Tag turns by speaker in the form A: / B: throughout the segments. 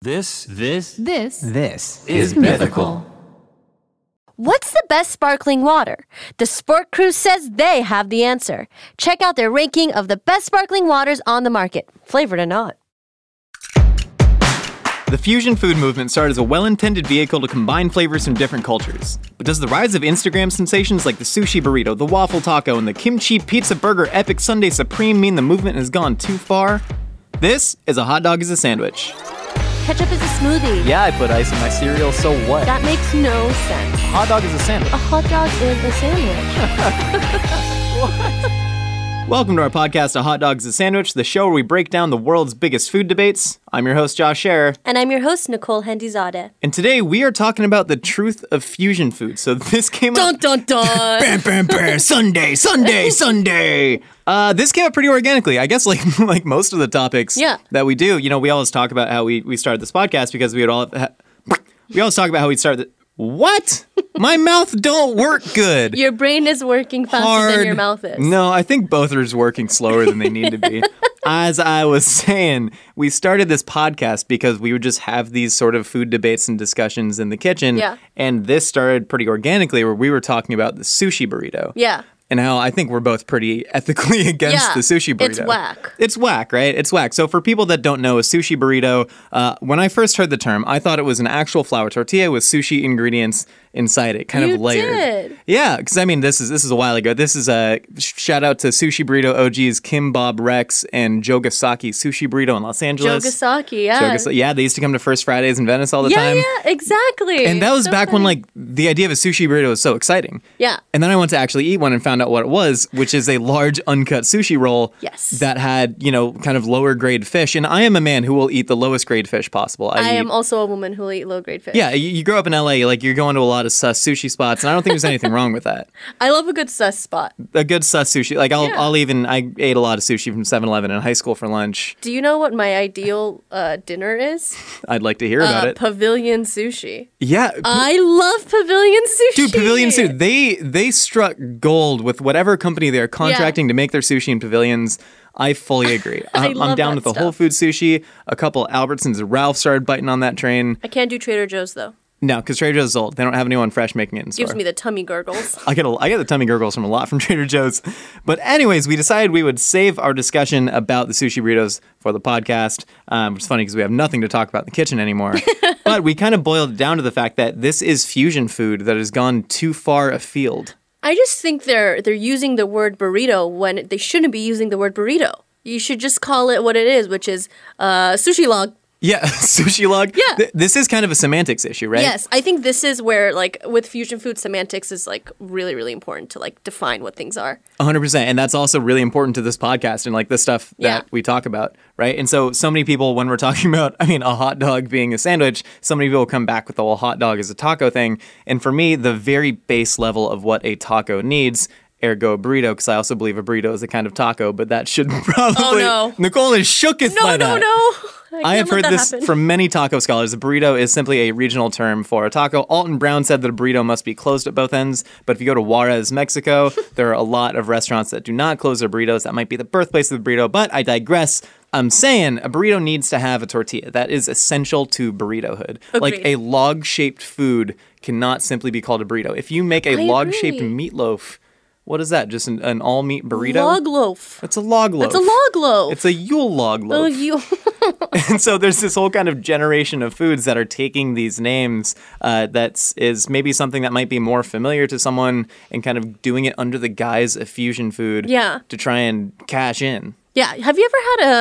A: This, this
B: This
C: This
A: is mythical.
D: What's the best sparkling water? The Sport Crew says they have the answer. Check out their ranking of the best sparkling waters on the market, flavored or not.
E: The fusion food movement started as a well intended vehicle to combine flavors from different cultures. But does the rise of Instagram sensations like the sushi burrito, the waffle taco, and the kimchi pizza burger epic Sunday supreme mean the movement has gone too far? This is a hot dog is a sandwich.
D: Ketchup is a smoothie.
E: Yeah, I put ice in my cereal, so what?
D: That makes no sense.
E: hot dog is a sandwich.
D: A hot dog is a sandwich.
E: Welcome to our podcast, A Hot Dog's a Sandwich, the show where we break down the world's biggest food debates. I'm your host, Josh Scherer,
D: And I'm your host, Nicole Hendizadeh.
E: and today we are talking about the truth of fusion food. So this came up.
D: Dun dun dun.
E: Bam, bam, bam. Sunday, Sunday, Sunday. Uh, this came up pretty organically, I guess. Like like most of the topics
D: Yeah.
E: that we do, you know, we always talk about how we we started this podcast because we would all ha- we always talk about how we started. The- what? My mouth don't work good.
D: your brain is working faster than your
E: hard-
D: mouth is.
E: No, I think both are just working slower than they need to be. As I was saying, we started this podcast because we would just have these sort of food debates and discussions in the kitchen.
D: Yeah.
E: And this started pretty organically where we were talking about the sushi burrito.
D: Yeah.
E: And how I think we're both pretty ethically against
D: Yeah,
E: the sushi burrito.
D: it's whack.
E: It's whack, right? It's whack. So for people that don't know, a sushi burrito. Uh, when I first heard the term, I thought it was an actual flour tortilla with sushi ingredients inside it, kind
D: You
E: of layered.
D: did.
E: Yeah, because I mean, this is this is a while ago. This is a shout out to sushi burrito OGs Kim Bob Rex and Jogasaki Sushi Burrito in Los Angeles.
D: Jogasaki, yeah.
E: Jogasa- yeah, they used to come to First Fridays in Venice all the
D: yeah,
E: time.
D: yeah, exactly.
E: And that was
D: So
E: back when
D: funny.
E: like the idea of a sushi burrito was so exciting.
D: Yeah.
E: And then I went to actually eat one and found out what it was, which is a large uncut sushi roll.
D: Yes.
E: That had you know kind of lower grade fish, and I am a man who will eat the lowest grade fish possible.
D: I
E: eat-
D: am also a woman who will eat low grade fish.
E: Yeah, you, you grow up in LA, like you're going to a lot of sus sushi spots, and I don't think there's anything wrong with that.
D: I love a good sus spot.
E: A good sus sushi, like I'll,
D: Yeah.
E: I'll even I ate a lot of sushi from 7-Eleven in high school for lunch.
D: Do you know what my ideal uh, dinner is?
E: I'd like to hear
D: Uh,
E: about it.
D: Pavilion sushi.
E: yeah,
D: I love pavilion sushi.
E: Dude, Pavilion Sushi, they they struck gold with whatever company they're contracting to make their sushi in pavilions. I fully agree. I am
D: love
E: down
D: that
E: with the
D: stuff.
E: Whole Food sushi. A couple Albertsons, Ralph started biting on that train.
D: I can't do Trader Joe's though.
E: No, because Trader Joe's is old. They don't have anyone fresh making it in store.
D: Gives me the tummy gurgles.
E: I get a, I get the tummy gurgles from a lot from Trader Joe's. But anyways, we decided we would save our discussion about the sushi burritos for the podcast, um, which is funny because we have nothing to talk about in the kitchen anymore. but we kind of boiled it down to the fact that this is fusion food that has gone too far afield.
D: I just think they're they're using the word burrito when they shouldn't be using the word burrito. You should just call it what it is, which is uh, sushi log.
E: Yeah, sushi log.
D: Yeah.
E: Th- this is kind of a semantics issue, right?
D: Yes, I think this is where like with fusion food semantics is like really really important to like define what things are.
E: 100%. And that's also really important to this podcast and like the stuff
D: Yeah.
E: that we talk about, right? And so, so many people, when we're talking about, I mean, a hot dog being a sandwich, so many people come back with the whole hot dog is a taco thing. And for me, the very base level of what a taco needs. Ergo burrito, because I also believe a burrito is a kind of taco, but that should probably.
D: Oh, no.
E: Nicole is shooketh
D: No,
E: by
D: no,
E: that.
D: no.
E: I
D: can't let
E: have heard
D: that
E: this
D: happen.
E: from many taco scholars. A burrito is simply a regional term for a taco. Alton Brown said that a burrito must be closed at both ends, but if you go to Juarez, Mexico, there are a lot of restaurants that do not close their burritos. That might be the birthplace of the burrito, but I digress. I'm saying a burrito needs to have a tortilla. That is essential to burritohood. Like
D: Agreed.
E: a log shaped food cannot simply be called a burrito. If you make a
D: I
E: log shaped
D: agree.
E: meatloaf, what is that? Just an, an all meat burrito?
D: log loaf.
E: It's a log loaf.
D: It's a log loaf.
E: It's a Yule log loaf.
D: oh you.
E: And so there's this whole kind of generation of foods that are taking these names uh, that is maybe something that might be more familiar to someone and kind of doing it under the guise of fusion food
D: Yeah.
E: to try and cash in.
D: Yeah. Have you ever had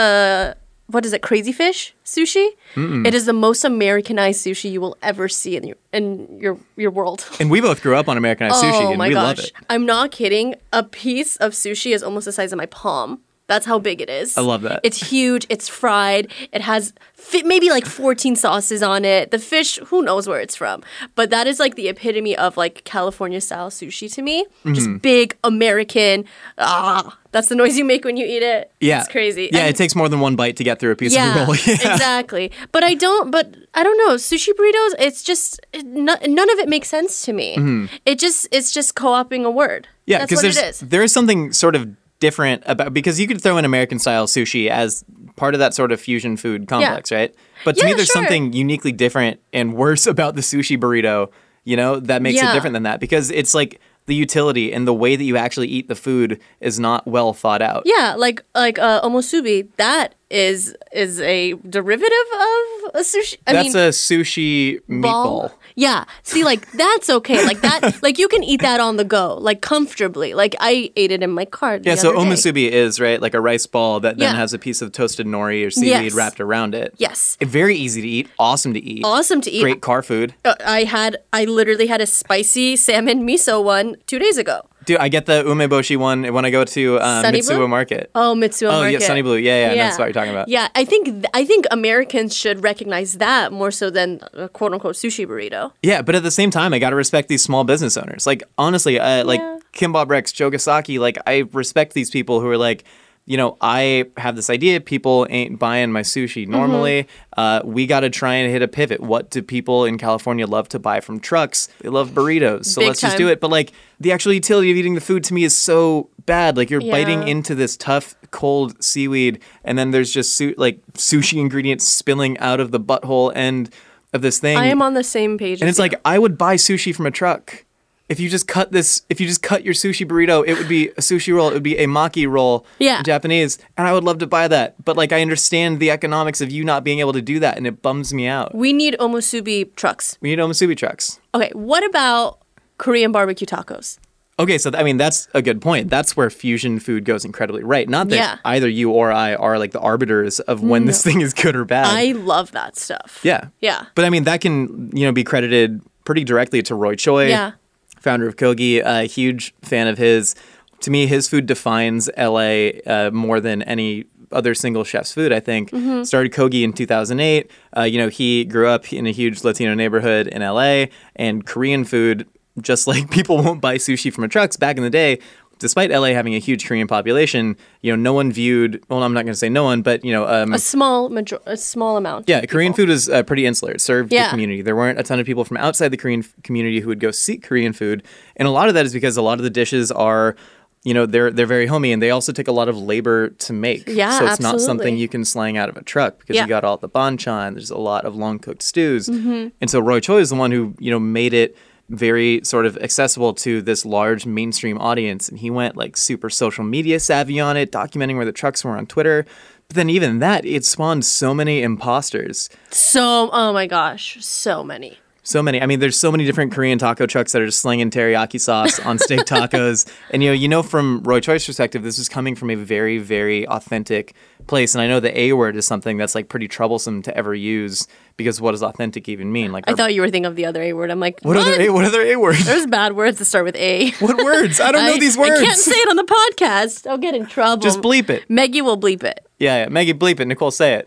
D: a what is it? Crazy fish sushi. It is the most Americanized sushi you will ever see in your in your your world.
E: And we both grew up on Americanized sushi
D: oh
E: and
D: my
E: we
D: gosh!
E: love it.
D: I'm not kidding. A piece of sushi is almost the size of my palm. That's how big it is. I
E: love that.
D: It's huge. It's fried. It has fi- maybe like 14 sauces on it. The fish, who knows where it's from, but that is like the epitome of like California style sushi to me.
E: Mm-hmm.
D: Just big American. Ah, that's the noise you make when you eat it.
E: Yeah.
D: it's crazy.
E: Yeah,
D: And-
E: it takes more than one bite to get through a piece
D: yeah,
E: of roll. Yeah.
D: exactly. But I don't. But I don't know sushi burritos. It's just it, no, none of it makes sense to me. It just it's just co-opting a word.
E: Mm-hmm. Yeah,
D: that's what
E: there's
D: it is.
E: there is something sort of different about because you could throw in American style sushi as part of that sort of fusion food complex, right? But to
D: Yeah,
E: me, there's
D: sure.
E: something uniquely different and worse about the sushi burrito, you know, that makes it
D: Yeah.
E: different than that because it's like the utility and the way that you actually eat the food is not well thought out.
D: Yeah, like like uh, omosubi. That is is a derivative of a sushi. I
E: That's
D: mean,
E: a sushi meatball.
D: Yeah. See, like that's okay. Like that. like you can eat that on the go, like comfortably. Like I ate it in my car. the
E: Yeah, so
D: other day.
E: omusubi is, right, like a rice ball that then
D: Yeah.
E: has a piece of toasted nori or seaweed
D: Yes.
E: wrapped around it.
D: Yes.
E: Very easy to eat, awesome to eat.
D: Awesome to eat.
E: Great car food.
D: Uh, I had. I literally had a spicy salmon miso one two days ago.
E: Dude, I get the umeboshi one when I go to uh,
D: Sunny
E: Mitsuo
D: Blue?
E: Market.
D: Oh, Mitsuo
E: Oh, yeah,
D: Market.
E: Sunny Blue. Yeah, yeah, that's what you're talking about.
D: Yeah, I think th- I think Americans should recognize that more so than a quote unquote sushi burrito.
E: Yeah, but at the same time, I gotta respect these small business owners. Like honestly, uh, like
D: Yeah.
E: Kim Bob Rex, Jogasaki, like I respect these people who are like, you know, I have this idea. People ain't buying my sushi
D: Mm-hmm.
E: normally. Uh, we gotta try and hit a pivot. What do people in California love to buy from trucks? They love burritos, so
D: Big
E: let's just do
D: time.
E: it. But like the actual utility of eating the food to me is so bad. Like you're biting
D: Yeah.
E: into this tough, cold seaweed, and then there's just su- like sushi ingredients spilling out of the butthole end of this thing.
D: I am on the same page.
E: And it's like I would buy sushi from a truck. If you just cut this, if you just cut your sushi burrito, it would be a sushi roll. It would be a maki roll,
D: Yeah.
E: in Japanese. And I would love to buy that, but like I understand the economics of you not being able to do that, and it bums me out.
D: we need omusubi trucks.
E: We need omusubi trucks.
D: Okay, what about Korean barbecue tacos?
E: Okay, so th- I mean that's a good point. That's where fusion food goes incredibly right. Not that
D: Yeah. Mm.
E: either you or I are like the arbiters of when this thing is good or bad.
D: I love that stuff.
E: Yeah.
D: Yeah.
E: But I mean, that can you know be credited pretty directly to Roy Choi,
D: Yeah.
E: founder of Kogi. A huge fan of his. To me, his food defines LA uh, more than any other single chef's food. I think
D: Mm-hmm.
E: started Kogi in 2008. Uh, you know, he grew up in a huge Latino neighborhood in LA, and Korean food, just like people won't buy sushi from a trucks back in the day. Despite LA having a huge Korean population, you know, no one viewed. Well, I'm not going to say no one, but you know, um,
D: A small major- a small amount.
E: yeah, Korean food was uh, pretty insular. It served the
D: Yeah.
E: community. There weren't a ton of people from outside the Korean f- community who would go seek Korean food, and a lot of that is because a lot of the dishes are, you know, they're they're very homey, and they also take a lot of labor to make.
D: Yeah,
E: so it's not something
D: absolutely.
E: you can slang out of a truck because
D: Yeah.
E: you got all the banchan. There's a lot of long cooked stews, and so Roy Choi is the one who you know made it very sort of accessible to this large mainstream audience and he went like super social media savvy on it documenting where the trucks were on twitter but then even that it spawned so many imposters
D: So, oh my gosh, so many.
E: so many. I mean, there's so many different Korean taco trucks that are just slinging teriyaki sauce on steak tacos. And you know, you know, from Roy Choi's perspective, this is coming from a very, very authentic place. And I know the A word is something that's like pretty troublesome to ever use because what does authentic even mean? Like,
D: I
E: our-
D: thought you were thinking of the other A word. I'm like,
E: Um, what
D: what?
E: other A? What other A words?
D: There's bad words that start with A.
E: what words? I don't know these
D: I
E: words.
D: can't say it on the podcast. I'll get in trouble.
E: just bleep it.
D: Meggie will bleep it.
E: Yeah, yeah. Maggie, bleep it. Nicole, say it.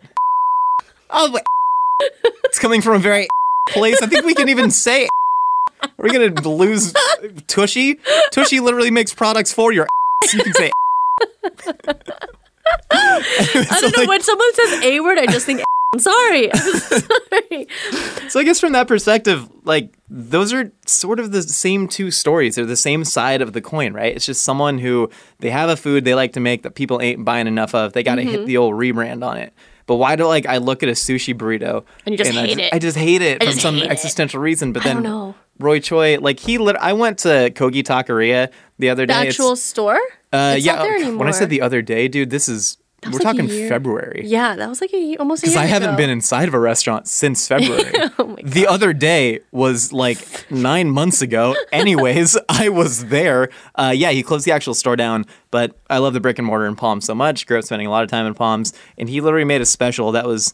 E: Oh, wait. it's coming from a very place. I think we can even say. Are we gonna lose Tushy? Tushy literally makes products for your. You can say.
D: I don't know. when someone says A word, I just think, I'm sorry. I'm sorry.
E: So I guess from that perspective, like those are sort of the same two stories. They're the same side of the coin, right? It's just someone who they have a food they like to make that people ain't buying enough of. They got to
D: Mm-hmm.
E: hit the old rebrand on it. But why do like I look at a sushi burrito
D: And you just
E: I
D: hate it.
E: I just hate it from
D: just
E: some
D: hate it.
E: existential reason. But
D: I
E: then
D: don't know.
E: Roy Choi, like he, lit- I went to Kogi Taqueria the other
D: The
E: day. It's-
D: actual store?
E: uh,
D: it's
E: yeah,
D: not there
E: oh,
D: anymore.
E: when I said the other day, dude, this is we're
D: was like a
E: talking
D: year.
E: February.
D: Yeah, that was like a, ye- almost a year
E: Because I haven't
D: ago. Oh
E: been inside of a restaurant since February. the other day was like nine months ago. Anyways, I was there. Uh, yeah, he closed the actual store down, but I love the brick and mortar in Palms so much. Grew up spending a lot of time in Palms, and he literally made a special that was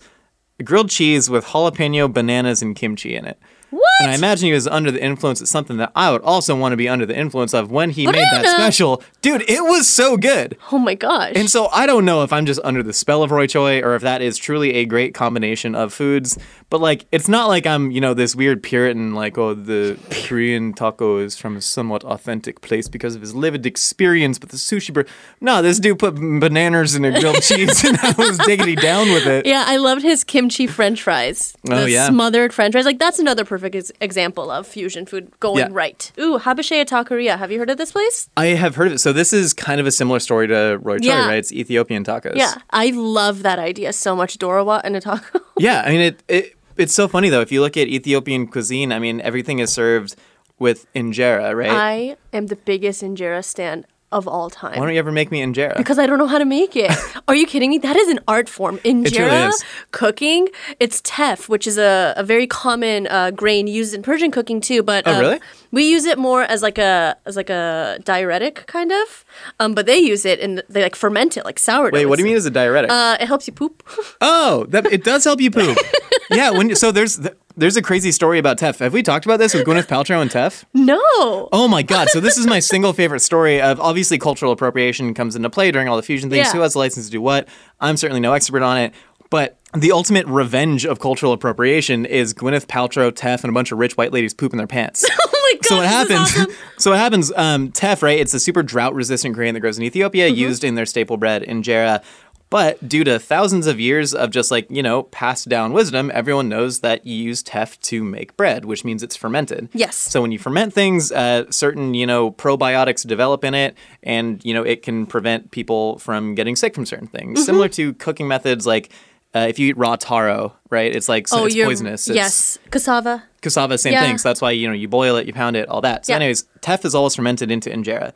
E: grilled cheese with jalapeno, bananas, and kimchi in it.
D: What?
E: And I imagine he was under the influence of something that I would also want to be under the influence of when he made that
D: Banana.
E: special. Dude, it was so good.
D: Oh my gosh.
E: And so I don't know if I'm just under the spell of Roy Choi or if that is truly a great combination of foods. But like, it's not like I'm, you know, this weird Puritan, like, oh, the Korean taco is from a somewhat authentic place because of his lived experience. But the sushi, bur- no, this dude put bananas in a grilled cheese and I was diggity down with it.
D: yeah, I loved his kimchi french fries.
E: Oh,
D: the
E: yeah.
D: Smothered french fries. Like, that's another perfect perfect ex- example of fusion food going
E: Yeah.
D: right. Ooh, Habashea Taqueria. Have you heard of this place?
E: I have heard of it. So this is kind of a similar story to Roy Choi,
D: Yeah.
E: right? It's Ethiopian tacos.
D: Yeah, I love that idea so much. Dorawa and a taco.
E: Yeah, I mean it, it it's so funny though. If you look at Ethiopian cuisine, I mean everything is served with injera, right?
D: I am the biggest injera stan of all time.
E: Why don't you ever make me injera?
D: because I don't know how to make it. Are you kidding me? That is an art form. Injera,
E: is.
D: cooking, it's teff, which is a, a very common uh, grain used in Persian cooking too. But
E: Oh,
D: um,
E: really?
D: we use it more as like a as like a diuretic kind of. Um, but they use it and they like ferment it like sourdough.
E: Wait, what do you
D: It's-
E: mean as a diuretic?
D: Uh, it helps you poop.
E: oh, that it does help you poop. yeah, when so there's there's a crazy story about Tef. Have we talked about this with Gwyneth Paltrow and Tef?
D: no.
E: Oh my god! So this is my single favorite story of obviously cultural appropriation comes into play during all the fusion things.
D: Yeah.
E: Who has a license to do what? I'm certainly no expert on it, but the ultimate revenge of cultural appropriation is Gwyneth Paltrow, Tef, and a bunch of rich white ladies poop in their pants.
D: Oh my god.
E: so what
D: this is
E: happens?
D: awesome.
E: So what happens? Um, teff, right? It's a super drought-resistant grain that grows in Ethiopia,
D: Mm-hmm.
E: used in their staple bread injera. But due to thousands of years of just like you know passed down wisdom, everyone knows that you use teff to make bread, which means it's fermented.
D: Yes.
E: So when you ferment things, uh, certain you know probiotics develop in it, and you know it can prevent people from getting sick from certain things,
D: Mm-hmm.
E: similar to cooking methods like. Uh, if you eat raw taro, right, it's like so
D: Oh,
E: it's
D: you're
E: poisonous. It's-
D: Yes, cassava.
E: cassava, same
D: Yeah.
E: thing. So that's why you know you boil it, you pound it, all that. So,
D: Yeah.
E: anyways, teff is always fermented into injera.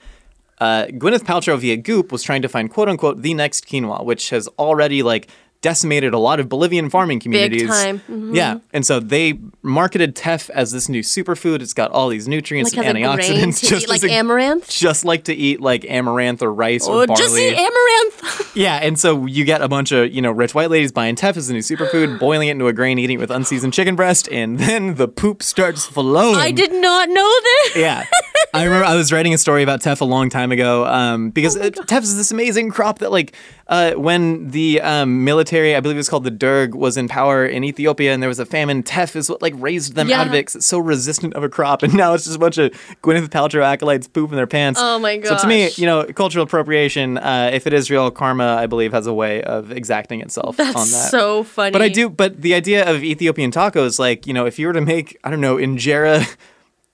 E: Uh, Gwyneth Paltrow via Goop was trying to find quote unquote the next quinoa, which has already like decimated a lot of Bolivian farming communities.
D: time. Mm-hmm.
E: Yeah, and so they marketed teff as this new superfood. It's got all these nutrients
D: Like has
E: and
D: a grain
E: antioxidants,
D: to eat, like
E: as a-
D: amaranth.
E: just like to eat like amaranth or rice or
D: Or
E: barley.
D: just eat amaranth.
E: Yeah, and so you get a bunch of you know rich white ladies buying teff as a new superfood, boiling it into a grain, eating it with unseasoned chicken breast, and then the poop starts flowing.
D: I did not know this.
E: Yeah. I remember I was writing a story about teff a long time ago um, because
D: Oh
E: uh teff is this amazing crop that, like, uh, when the um, military, I believe it was called the Derg, was in power in Ethiopia and there was a famine, teff is what, like, raised them out of
D: Yeah.
E: it 'cause it's so resistant of a crop. And now it's just a bunch of Gwyneth Paltrow acolytes poop in their pants.
D: Oh my
E: So to me,
D: gosh.
E: you know, cultural appropriation, uh, if it is real, karma, I believe, has a way of exacting itself on that.
D: so funny.
E: But I do. But the idea of Ethiopian tacos, like you know, if you were to make, I don't know, injera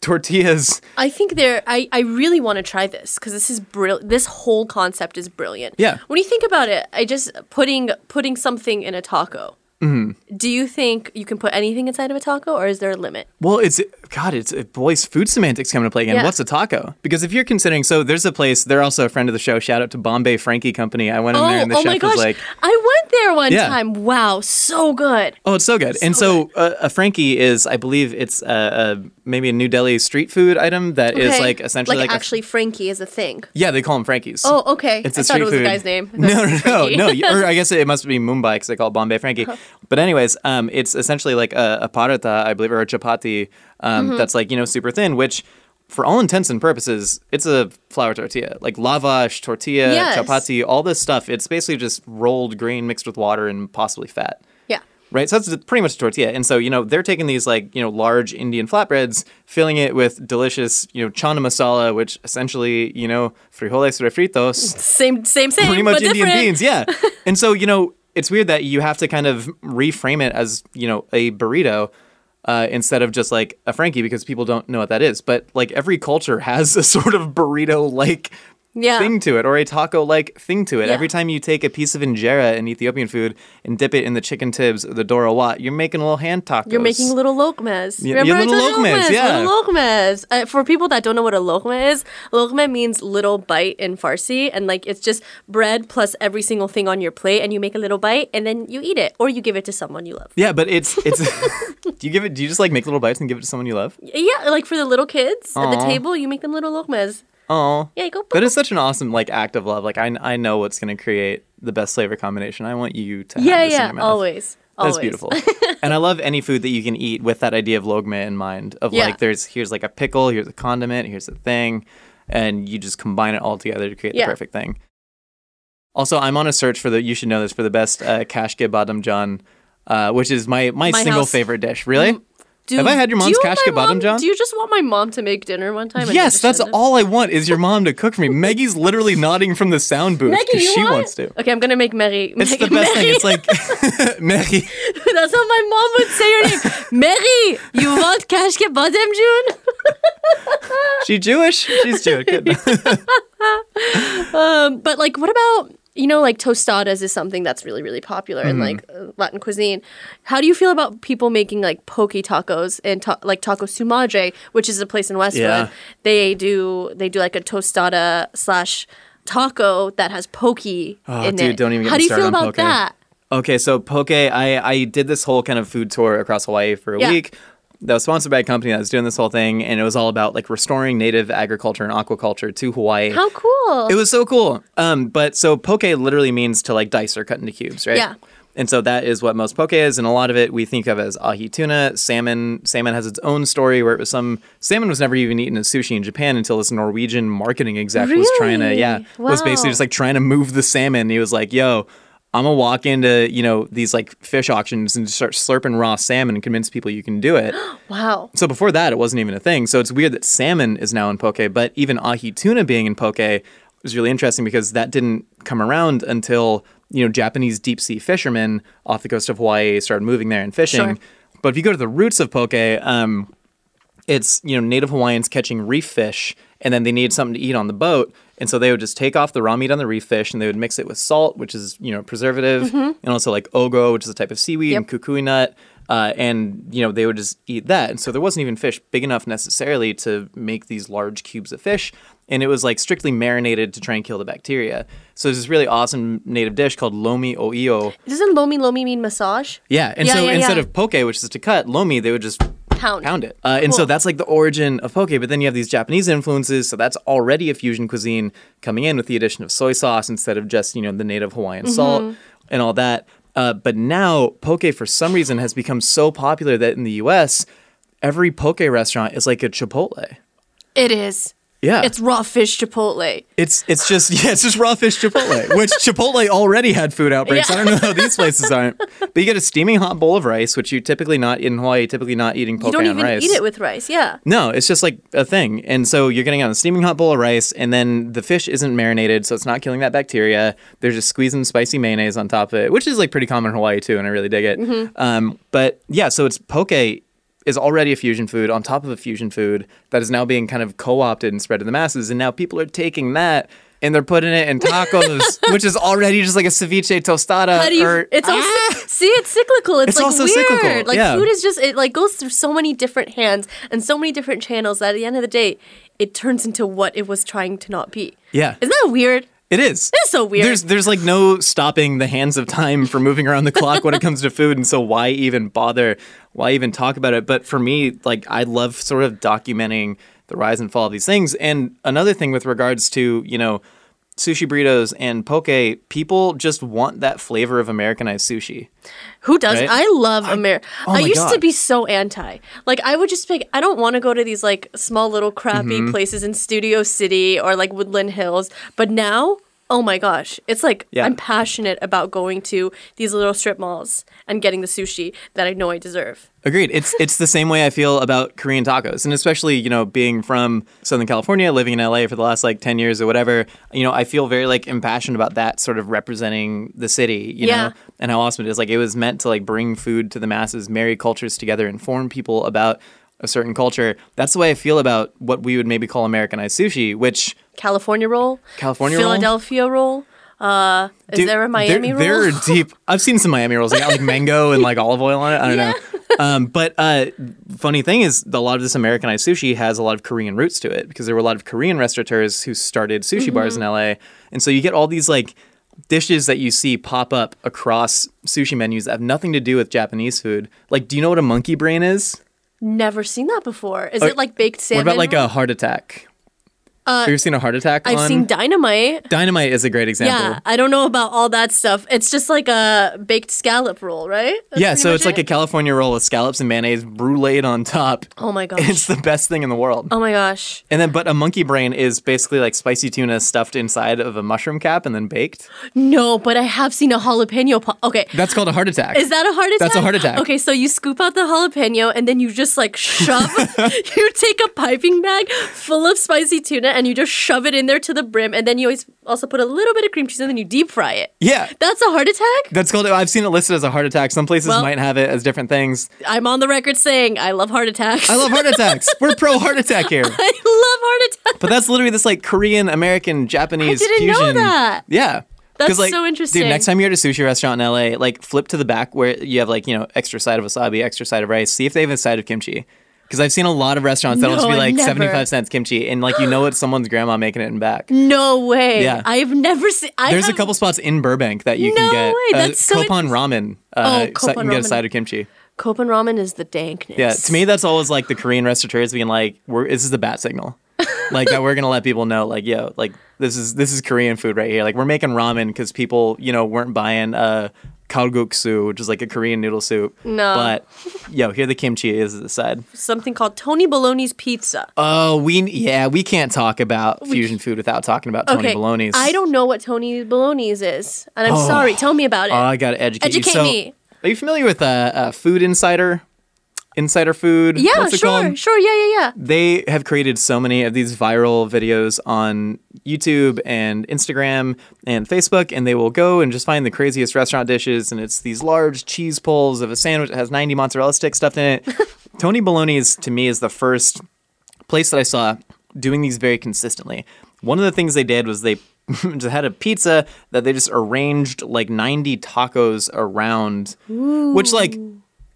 E: tortillas.
D: I think there. I, I really want to try this because this is brilliant. This whole concept is brilliant.
E: Yeah.
D: When you think about it, I just putting putting something in a taco.
E: Mm-hmm.
D: Do you think you can put anything inside of a taco, or is there a limit?
E: Well, it's God. It's it, boys. Food semantics come into play again.
D: Yeah.
E: What's a taco? Because if you're considering, so there's a place. They're also a friend of the show. Shout out to Bombay Frankie Company. I went in there
D: Oh,
E: and the
D: oh
E: chef
D: my gosh!
E: was like,
D: I went there one
E: Yeah.
D: time. Wow, so good.
E: "Oh, it's so good." and so uh, a Frankie is, I believe, it's uh, uh, maybe a New Delhi street food item that is
D: Okay.
E: like essentially like,
D: like,
E: a-
D: actually Frankie is a thing.
E: yeah, they call them Frankies.
D: Oh, okay.
E: It's
D: I
E: a
D: thought
E: street
D: it was
E: food.
D: the guy's name. I thought it
E: No,
D: was
E: no,
D: Frankie. Oh.
E: no, no. Or I guess it must be Mumbai because they call it Bombay Frankie. But anyways, um, it's essentially like a, a paratha, I believe, or a chapati um,
D: Mm-hmm.
E: that's like you know super thin, which. For all intents and purposes, it's a flour tortilla, like lavash, tortilla,
D: Yes.
E: chapati, all this stuff. It's basically just rolled grain mixed with water and possibly fat
D: yeah.
E: right? So that's pretty much a tortilla. And so, you know, they're taking these like, you know, large Indian flatbreads, filling it with delicious, you know, chana masala, which essentially, you know, frijoles refritos,
D: Same, same, same.
E: pretty much
D: but
E: Indian
D: different.
E: beans. Yeah. and so, you know, it's weird that you have to kind of reframe it as, you know, a burrito. Uh, instead of just like a Frankie, because people don't know what that is. But like every culture has a sort of burrito like
D: Yeah.
E: thing to it or a taco like thing to it.
D: Yeah.
E: Every time you take a piece of injera in Ethiopian food and dip it in the chicken tibs or the dora wat, you're making little hand tacos.
D: You're making little lokmes.
E: Yeah,
D: Remember
E: yeah,
D: I
E: little
D: told you
E: lokmes, yeah.
D: Little lokmes. Uh, for people that don't know what a lokma is, lokma means little bite in Farsi, and like it's just bread plus every single thing on your plate, and you make a little bite, and then you eat it, or you give it to someone you love.
E: Yeah, but it's it's do you give it do you just like make little bites and give it to someone you love?
D: Yeah, like for the little kids at the
E: Aw.
D: table, you make them little lokmes.
E: Oh.
D: Yeah, you go.
E: That is such an awesome like act of love. Like I I know what's gonna create the best flavor combination. I want you to have
D: yeah,
E: this in
D: yeah,
E: your mouth.
D: always.
E: That's
D: always.
E: beautiful. and I love any food that you can eat with that idea of logma in mind of
D: Yeah.
E: like there's here's like a pickle, here's a condiment, here's a thing, and you just combine it all together to create
D: Yeah.
E: the perfect thing. Also, I'm on a search for the you should know this for the best uh, kashke badam john, uh, which is my my,
D: My
E: single
D: house. Mm,
E: favorite dish. Really?
D: Do,
E: Have I had your
D: do
E: mom's
D: you
E: cash
D: want my
E: kebab,
D: mom-
E: John?
D: Do you just want my mom to make dinner one time? and I
E: Yes,
D: just
E: that's
D: send it?
E: all I want is your mom to cook for me. Maggie's literally nodding from the sound booth
D: Maggie,
E: because
D: you
E: she
D: want?
E: wants to.
D: Okay, I'm gonna make Mary.
E: It's
D: make
E: the best
D: Mary.
E: thing. It's like Maggie.
D: that's how my mom would say your name. Mary, you want cash kebab, June?
E: She Jewish? She's Jewish. Good.
D: But like, what about you know, like tostadas is something that's really really popular in like
E: Mm-hmm.
D: uh, Latin cuisine. How do you feel about people making like poke tacos and ta- like taco sumaje, which is a place in Westwood?
E: Yeah.
D: They do they do like a tostada slash taco that has poke in
E: Ah, dude,
D: it.
E: don't even get
D: How
E: me
D: do you
E: started
D: feel
E: on
D: about
E: poke.
D: that?
E: Okay, so poke, I, I did this whole kind of food tour across Hawaii for a
D: Yeah.
E: week. That was sponsored by a company that was doing this whole thing, and it was all about like restoring native agriculture and aquaculture to Hawaii.
D: How cool!
E: It was so cool. Um, but so poke literally means to like dice or cut into cubes, right?
D: Yeah.
E: And so that is what most poke is, and a lot of it we think of as ahi tuna. Salmon, salmon has its own story where it was some salmon was never even eaten as sushi in Japan until this Norwegian marketing exec was trying to,
D: Really?
E: yeah, was basically
D: Wow.
E: just like trying to move the salmon. He was like, "Yo, I'm gonna walk into you know these like fish auctions and just start slurping raw salmon and convince people you can do it."
D: wow.
E: So before that, it wasn't even a thing. So it's weird that salmon is now in poke, but even ahi tuna being in poke is really interesting because that didn't come around until you know Japanese deep sea fishermen off the coast of Hawaii started moving there and fishing.
D: Sure.
E: But if you go to the roots of poke, um, it's you know native Hawaiians catching reef fish, and then they need something to eat on the boat, and so they would just take off the raw meat on the reef fish, and they would mix it with salt, which is you know preservative, and also like ogo, which is a type of seaweed, and kukui nut, uh, and you know they would just eat that, and so there wasn't even fish big enough necessarily to make these large cubes of fish, and it was like strictly marinated to try and kill the bacteria. So there's this really awesome native dish called lomi o'io.
D: Doesn't lomi lomi mean massage?
E: Yeah, and
D: Yeah,
E: so
D: yeah,
E: instead
D: yeah.
E: of poke, which is to cut, lomi, they would just
D: Pound.
E: pound it. Uh, and so
D: Cool.
E: that's like the origin of poke. But then you have these Japanese influences, so that's already a fusion cuisine coming in with the addition of soy sauce instead of just you know the native Hawaiian
D: Mm-hmm.
E: salt and all that. Uh, but now poke for some reason has become so popular that in the U.S. every poke restaurant is like a Chipotle.
D: It is.
E: Yeah,
D: It's raw fish chipotle.
E: it's it's just yeah, it's just raw fish Chipotle, which Chipotle already had food outbreaks. I don't know how these places aren't. But you get a steaming hot bowl of rice, which you typically not in Hawaii, typically not eating poke
D: You don't
E: on
D: even
E: rice.
D: eat it with rice. Yeah.
E: no, it's just like a thing. And so you're getting on a steaming hot bowl of rice, and then the fish isn't marinated, so it's not killing that bacteria. They're just squeezing spicy mayonnaise on top of it, which is like pretty common in Hawaii too, and I really dig it.
D: Mm-hmm.
E: Um, but yeah, so it's poke is already a fusion food on top of a fusion food that is now being kind of co-opted and spread to the masses, and now people are taking that. And they're putting it in tacos, which is already just like a ceviche tostada.
D: How do you,
E: or,
D: it's also see it's cyclical. It's,
E: It's
D: like
E: also
D: weird.
E: cyclical,
D: Like
E: yeah.
D: food is just it like goes through so many different hands and so many different channels that at the end of the day, it turns into what it was trying to not be.
E: Yeah.
D: Isn't that weird?
E: It is.
D: It's so weird.
E: There's there's like no stopping the hands of time from moving around the clock when it comes to food, and so why even bother? Why even talk about it? But for me, like I love sort of documenting the rise and fall of these things. And another thing with regards to you know sushi burritos and poke, people just want that flavor of Americanized sushi.
D: Who does?
E: Right?
D: not I love America.
E: oh
D: I
E: my
D: used to
E: God.
D: be so anti. Like I would just pick. I don't want to go to these like small little crappy
E: Mm-hmm.
D: places in Studio City or like Woodland Hills. But now, oh my gosh, it's like
E: Yeah.
D: I'm passionate about going to these little strip malls and getting the sushi that I know I deserve.
E: Agreed. It's it's the same way I feel about Korean tacos, and especially you know being from Southern California, living in LA for the last like ten years or whatever. You know, I feel very like impassioned about that sort of representing the city, you
D: Yeah.
E: know, and how awesome it is. Like it was meant to like bring food to the masses, marry cultures together, inform people about a certain culture. That's the way I feel about what we would maybe call Americanized sushi, which
D: California roll,
E: California roll?
D: Philadelphia roll. Uh, is
E: Dude,
D: there a Miami
E: there,
D: roll?
E: There are deep. I've seen some Miami rolls. They got like mango and like olive oil on it. I don't know. Um, but uh, funny thing is, a lot of this Americanized sushi has a lot of Korean roots to it because there were a lot of Korean restaurateurs who started sushi
D: Mm-hmm.
E: bars in LA, and so you get all these like dishes that you see pop up across sushi menus that have nothing to do with Japanese food. Like, do you know what a monkey brain is?
D: Never seen that before. Is it like baked
E: What
D: salmon?
E: about like a heart attack? Have you seen a heart attack?
D: Uh, I've
E: on?
D: seen dynamite.
E: Dynamite is a great example.
D: Yeah, I don't know about all that stuff. It's just like a baked scallop roll, right? That's
E: Yeah,
D: pretty
E: so
D: much
E: it's like a
D: it?
E: California roll with scallops and mayonnaise bruleed on top.
D: oh my gosh,
E: It's the best thing in the world.
D: oh my gosh.
E: And then, but a monkey brain is basically like spicy tuna stuffed inside of a mushroom cap and then baked.
D: No, but I have seen a jalapeno. Po- okay,
E: That's called a heart attack.
D: Is that a heart attack?
E: That's a heart attack.
D: Okay, so you scoop out the jalapeno and then you just like shove. you take a piping bag full of spicy tuna and you just shove it in there to the brim, and then you always also put a little bit of cream cheese and then you deep fry it.
E: yeah.
D: That's a heart attack.
E: That's called. I've seen it listed as a heart attack. Some places
D: Well-
E: might have it as different things.
D: I'm on the record saying I love heart attacks.
E: I love heart attacks. We're pro heart attack here.
D: I love heart attacks.
E: But that's literally this like Korean American Japanese
D: I didn't know
E: fusion.
D: that.
E: Yeah.
D: That's
E: 'Cause, like,
D: so interesting.
E: Dude, next time you're at a sushi restaurant in LA, like flip to the back where you have like, you know, extra side of wasabi, extra side of rice. See if they have a side of kimchi. Because I've seen a lot of restaurants that'll just
D: No,
E: be like
D: I've never.
E: 75 cents kimchi and like you know it's someone's grandma making it in back.
D: No way.
E: Yeah.
D: I've never seen. I
E: There's a
D: have-
E: couple spots in Burbank that you
D: No
E: can get.
D: way, that's so
E: Kopan ramen. Uh,
D: Oh,
E: so you
D: Kopan
E: can get a
D: ramen.
E: side of kimchi.
D: Copen ramen is the dankness.
E: Yeah, to me, that's always like the Korean restaurateurs being like, "We're this is the bat signal, like that we're gonna let people know, like, yo, like this is this is Korean food right here. Like we're making ramen because people, you know, weren't buying uh kalguksu, which is like a Korean noodle soup.
D: No.
E: but yo, here the kimchi is at the side.
D: something called Tony Bologna's pizza.
E: Oh, we yeah, we can't talk about fusion food without talking about Tony Baloney's.
D: I don't know what Tony Bologna's is, and I'm sorry. Tell me about it.
E: Oh, I gotta educate, you.
D: Educate
E: So,
D: me.
E: Are you familiar with uh, uh Food Insider? Insider food.
D: yeah,
E: What's it
D: sure,
E: called?
D: sure, yeah, yeah, yeah.
E: they have created so many of these viral videos on YouTube and Instagram and Facebook, and they will go and just find the craziest restaurant dishes. And it's these large cheese pulls of a sandwich that has 90 mozzarella sticks stuffed in it. Tony Baloney's, to me, is the first place that I saw doing these very consistently. One of the things they did was they just had a pizza that they just arranged like 90 tacos around, which, like,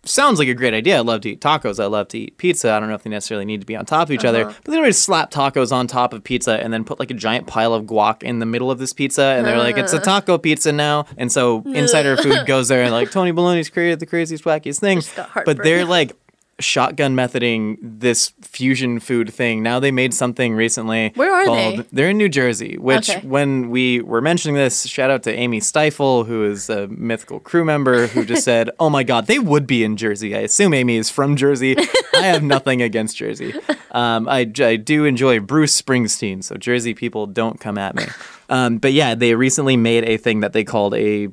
E: sounds like a great idea. I love to eat tacos. I love to eat pizza. I don't know if they necessarily need to be on top of each other, but they always slap tacos on top of pizza and then put like a giant pile of guac in the middle of this pizza. And they're like, it's a taco pizza now. And so insider food goes there and like Tony Baloney's created the craziest, wackiest thing.
D: got
E: But
D: heartburn.
E: they're like shotgun methoding this fusion food thing. Now they made something recently.
D: Where are
E: called-
D: they?
E: They're in New Jersey, which
D: Okay.
E: when we were mentioning this, shout out to Amy Stifle, who is a mythical crew member who just said, "Oh my God, they would be in Jersey." I assume Amy is from Jersey. I have nothing against Jersey. Um, I, I do enjoy Bruce Springsteen, so Jersey people don't come at me. Um, but yeah, they recently made a thing that they called a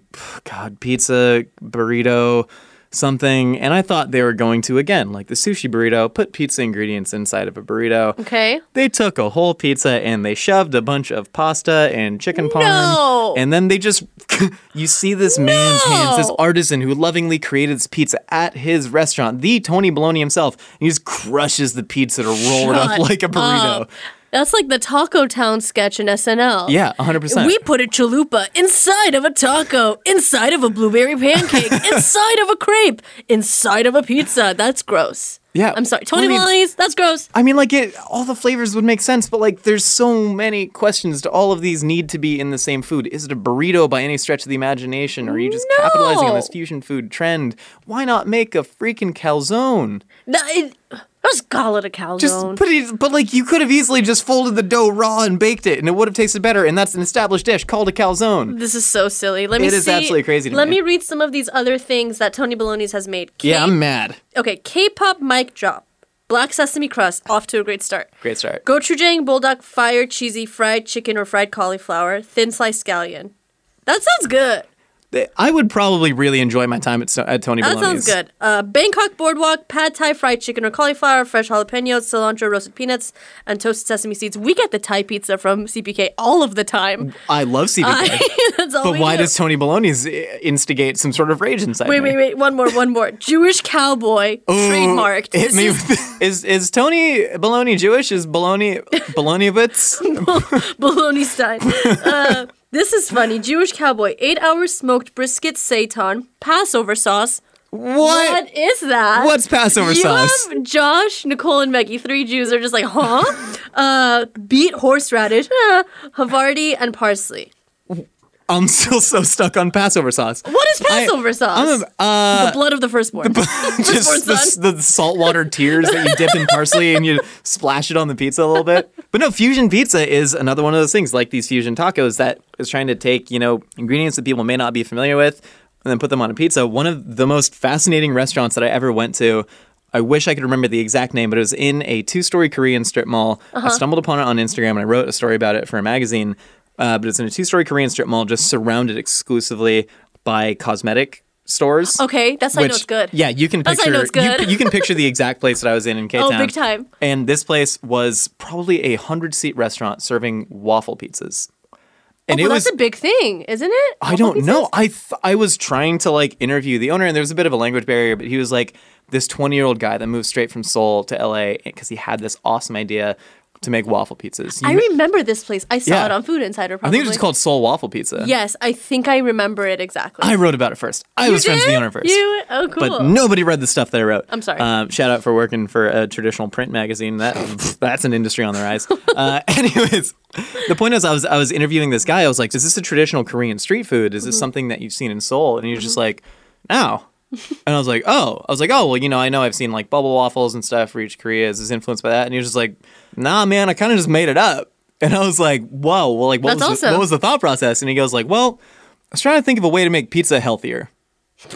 E: God pizza burrito something, and I thought they were going to again like the sushi burrito, put pizza ingredients inside of a burrito.
D: Okay.
E: They took a whole pizza and they shoved a bunch of pasta and chicken parm.
D: No!
E: And then they just, you see this man's hands, this
D: No!
E: artisan who lovingly created this pizza at his restaurant, the Tony Baloney himself. And he just crushes the pizza to roll it up
D: Shut
E: like a
D: up.
E: burrito.
D: Uh, That's like the Taco Town sketch in SNL.
E: Yeah, 100%.
D: We put a chalupa inside of a taco, inside of a blueberry pancake, inside of a crepe, inside of a pizza. That's gross.
E: Yeah.
D: I'm sorry. Tony
E: What do you mean?
D: Bologna's, that's gross.
E: I mean, like it, all the flavors would make sense, but like, there's so many questions. Do all of these need to be in the same food? Is it a burrito by any stretch of the imagination, or are you just capitalizing on this
D: No.
E: fusion food trend? Why not make a freaking calzone?
D: That, it, just call it a calzone.
E: Just put it, but like, you could have easily just folded the dough raw and baked it, and it would have tasted better. And that's an established dish called a calzone.
D: This is so silly. Let me
E: It is
D: see-
E: absolutely crazy to
D: Let
E: me.
D: me read some of these other things that Tony Baloney's has made. K-
E: Yeah, I'm mad.
D: okay, K-pop mic drop, black sesame crust, off to a great start.
E: Great start.
D: Gochujang, bulldog, fire, cheesy, fried chicken or fried cauliflower, thin sliced scallion. That sounds good.
E: Th- I would probably really enjoy my time at, so- at Tony
D: That sounds
E: Baloney's.
D: good. Uh, Bangkok boardwalk, pad thai, fried chicken or cauliflower, fresh jalapenos, cilantro, roasted peanuts, and toasted sesame seeds. We get the Thai pizza from CPK all of the time.
E: I love CBK.
D: That's all
E: but
D: we
E: why
D: do.
E: does Tony Baloney's i- instigate some sort of rage inside
D: Wait,
E: me?
D: wait, wait. One more, one more. Jewish cowboy trademarked.
E: Hit
D: This
E: me
D: is
E: with- Mm, is is Tony Baloney Jewish? Is Baloney Baloneyvitz?
D: bologna stein. Uh, this is funny. Jewish cowboy. Eight hours smoked brisket seitan. Passover sauce.
E: what?
D: What is that?
E: What's Passover
D: you
E: sauce?
D: Have Josh, Nicole, and Maggie, three Jews, are just like, huh? uh, beet, horseradish, eh, Havarti, and uh, parsley.
E: I'm still so stuck on Passover sauce.
D: What is
E: I-
D: Passover sauce?
E: I'm a- uh,
D: the blood of the firstborn.
E: just
D: firstborn son.
E: the, the saltwater tears that you dip in parsley and you splash it on the pizza a little bit. But no, fusion pizza is another one of those things like these fusion tacos that is trying to take, you know, ingredients that people may not be familiar with and then put them on a pizza. One of the most fascinating restaurants that I ever went to. I wish I could remember the exact name, but it was in a two story Korean strip mall. I stumbled upon it on Instagram and I wrote a story about it for a magazine. Uh, but it's in a two story Korean strip mall just surrounded exclusively by cosmetic stores.
D: okay, that's how I know it's good.
E: Yeah, you can
D: That's how
E: picture.
D: I know it's
E: You,
D: good. Oh,
E: you can picture the exact place that I was in in K Town.
D: big time.
E: And this place was probably a hundred seat restaurant serving waffle pizzas. And
D: Oh, well,
E: it was.
D: that's a big thing, isn't it?
E: I don't know. I th- I was trying to like interview the owner, and there was a bit of a language barrier, but he was like this twenty year old guy that moved straight from Seoul to L.A. because he had this awesome idea to make waffle pizzas. You
D: I
E: ma-
D: remember this place. I saw
E: Yeah.
D: it on Food Insider.
E: I
D: Probably.
E: think it was just called Seoul Waffle Pizza.
D: Yes, I think I remember it exactly.
E: I wrote about it first. I
D: You
E: was friends with
D: did?
E: the owner first.
D: You oh cool.
E: but nobody read the stuff that I wrote.
D: I'm sorry.
E: Um, shout out for working for a traditional print magazine. That that's an industry on the rise. Uh, anyways, the point is, I was I was interviewing this guy. I was like, "Is this a traditional Korean street food? Is this
D: Mm-hmm.
E: something that you've seen in Seoul?" And he was just like, "No." And I was like, "Oh," I was like, "Oh, well, you know, I know I've seen like bubble waffles and stuff for each Korea. Is this influenced by that?" And he was just like, "Nah, man, I kind of just made it up." And I was like, "Whoa, well, like, what
D: That's
E: was the,
D: awesome.
E: what was the thought process?" And he goes, "Like, well, I was trying to think of a way to make pizza healthier."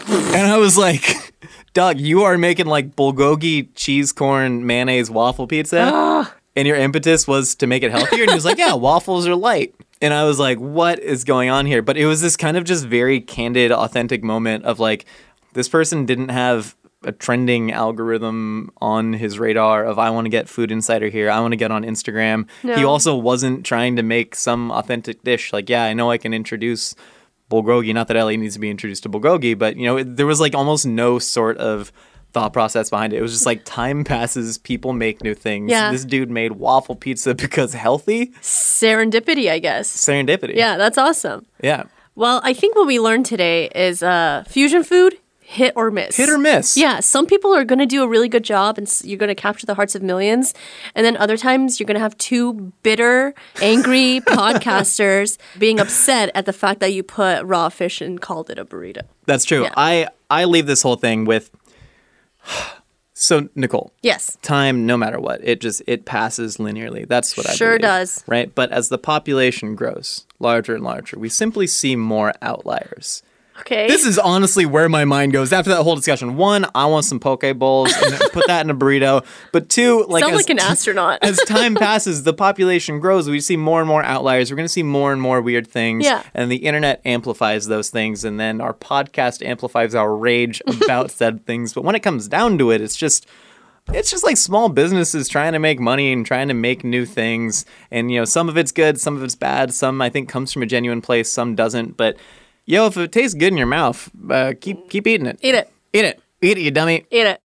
E: And I was like, Doug, you are making like bulgogi, cheese, corn, mayonnaise, waffle pizza. and your impetus was to make it healthier. And he was like, Yeah, waffles are light. And I was like, What is going on here? But it was this kind of just very candid, authentic moment of like, this person didn't have a trending algorithm on his radar of I want to get Food Insider here. I want to get on Instagram. He
D: No.
E: also wasn't trying to make some authentic dish. Like, yeah, I know I can introduce bulgogi. Not that LA needs to be introduced to bulgogi, but you know, it, there was like almost no sort of thought process behind it. It was just like time passes, people make new things.
D: Yeah.
E: This dude made waffle pizza because healthy.
D: Serendipity, I guess.
E: Serendipity.
D: Yeah, that's awesome.
E: Yeah.
D: Well, I think what we learned today is uh, fusion food hit or miss.
E: Hit or miss.
D: Yeah, some people are going to do a really good job and s- you're going to capture the hearts of millions. And then other times you're going to have two bitter, angry podcasters being upset at the fact that you put raw fish and called it a burrito.
E: That's true.
D: Yeah.
E: I I leave this whole thing with So Nicole,
D: Yes.
E: time no matter what it just it passes linearly that's what i
D: Sure
E: believe,
D: does.
E: right but as the population grows larger and larger we simply see more outliers
D: Okay.
E: this is honestly where my mind goes after that whole discussion one i want some poke bowls and put that in a burrito but two like
D: Sound
E: as
D: like an astronaut.
E: as time passes, the population grows. We see more and more outliers. We're going to see more and more weird things.
D: Yeah.
E: And the internet amplifies those things. And then our podcast amplifies our rage about said things. But when it comes down to it, it's just. It's just like small businesses trying to make money and trying to make new things. And, you know, some of it's good, some of it's bad. Some, I think, comes from a genuine place, some doesn't. But, yo, if it tastes good in your mouth, uh, keep keep eating it.
D: Eat it.
E: Eat it. Eat it, you dummy.
D: Eat it.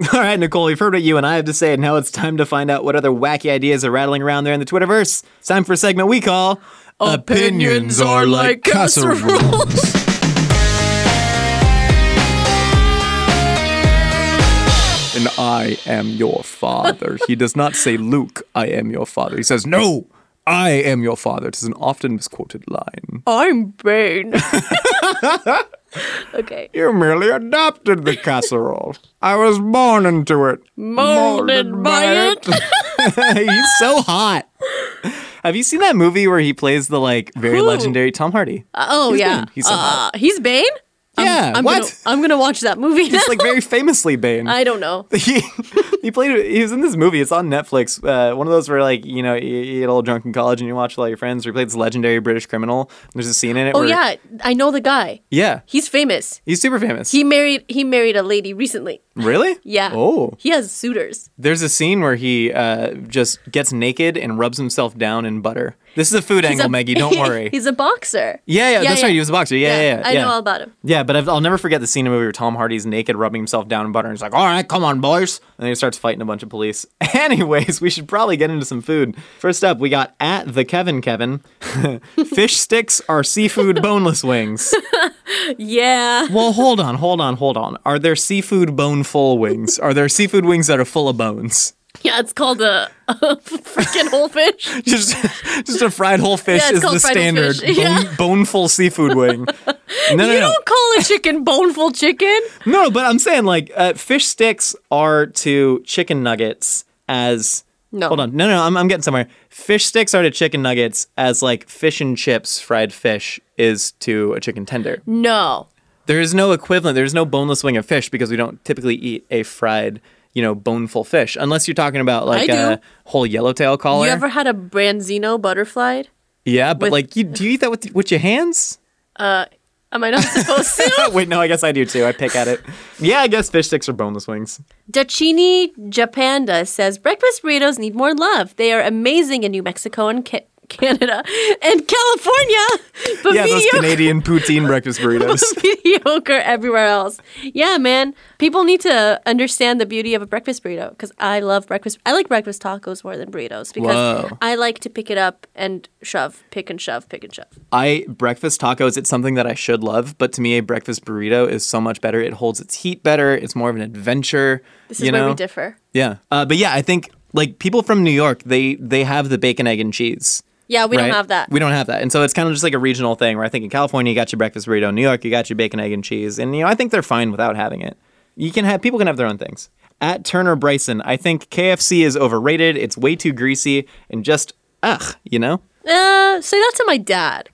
E: All right, Nicole, we've heard what you and I have to say, and now it's time to find out what other wacky ideas are rattling around there in the Twitterverse. It's time for a segment we call
D: Opinions are like casseroles.
E: And I am your father. he does not say, Luke, I am your father. He says, No, I am your father. It is an often misquoted line.
D: I'm Bane. okay.
E: You merely adopted the casserole. I was born into it.
D: Molded by it.
E: He's so hot. Have you seen that movie where he plays the like very
D: Who?
E: legendary Tom Hardy?
D: Oh
E: He's
D: yeah.
E: Bane. He's so hot.
D: Uh, he's Bane? I'm-
E: Yeah,
D: I'm,
E: what?
D: Gonna, I'm gonna watch that movie. now.
E: It's like very famously Bane.
D: I don't know.
E: he he played he was in this movie it's on netflix uh, one of those where like you know you, you get a little drunk in college and you watch with all your friends where he played this legendary british criminal there's a scene in it
D: Oh
E: where
D: yeah, I know the guy.
E: yeah
D: He's famous.
E: he's super famous
D: He married he married a lady recently.
E: really
D: Yeah.
E: oh
D: He has suitors.
E: there's a scene where he uh, just gets naked and rubs himself down in butter this is a food
D: He's
E: angle
D: a-
E: meggie don't worry
D: he's a boxer.
E: yeah, yeah, that's right. He was a boxer. Yeah, yeah, yeah.
D: I
E: yeah.
D: know all about him.
E: Yeah, but I've, I'll never forget the scene in the movie where Tom Hardy's naked, rubbing himself down in butter, and he's like, "All right, come on, boys," and then he starts fighting a bunch of police. Anyways, we should probably get into some food. First up, we got at the Kevin Kevin. Fish sticks are seafood boneless wings.
D: Yeah.
E: Well, hold on, hold on, hold on. Are there seafood bone full wings? Are there seafood wings that are full of bones?
D: Yeah, it's called a, a freaking whole fish.
E: just, just a fried whole fish
D: Yeah, it's
E: is
D: called
E: the
D: fried whole
E: standard
D: fish.
E: bone,
D: Yeah.
E: boneful seafood wing. No, no,
D: you
E: no.
D: don't call a chicken boneful chicken.
E: No, but I'm saying like uh, fish sticks are to chicken nuggets as
D: No.
E: Hold on, no, no, I'm I'm getting somewhere. Fish sticks are to chicken nuggets as like fish and chips, fried fish is to a chicken tender.
D: No.
E: There is no equivalent. There is no boneless wing of fish because we don't typically eat a fried, you know, boneful fish unless you're talking about like
D: I do.
E: a whole yellowtail collar.
D: You ever had a branzino butterfly?
E: yeah, but
D: with-
E: like, you, do you eat that with with your hands?
D: Am I not supposed to?
E: Wait, no, I guess I do too. I pick at it. Yeah, I guess fish sticks are boneless wings.
D: Dachini Japanda says breakfast burritos need more love. They are amazing in New Mexico and Ca- Canada and California, but
E: Yeah, those
D: mediocre,
E: Canadian poutine breakfast burritos.
D: mediocre everywhere else. Yeah, man. People need to understand the beauty of a breakfast burrito because I love breakfast. I like breakfast tacos more than burritos because
E: Whoa.
D: I like to pick it up and shove, pick and shove, pick and shove.
E: I breakfast tacos. It's something that I should love, but to me, a breakfast burrito is so much better. It holds its heat better. It's more of an adventure.
D: This is
E: you
D: where
E: know?
D: we differ.
E: Yeah, uh, but yeah, I think like people from New York, they they have the bacon, egg, and cheese.
D: Yeah, we
E: right?
D: don't have that.
E: We don't have that, and so it's kind of just like a regional thing. Where I think in California, you got your breakfast burrito. In New York, you got your bacon, egg, and cheese. And you know, I think they're fine without having it. You can have people can have their own things. At Turner Bryson, I think KFC is overrated. It's way too greasy and just ugh, you know.
D: Uh, say that to my dad.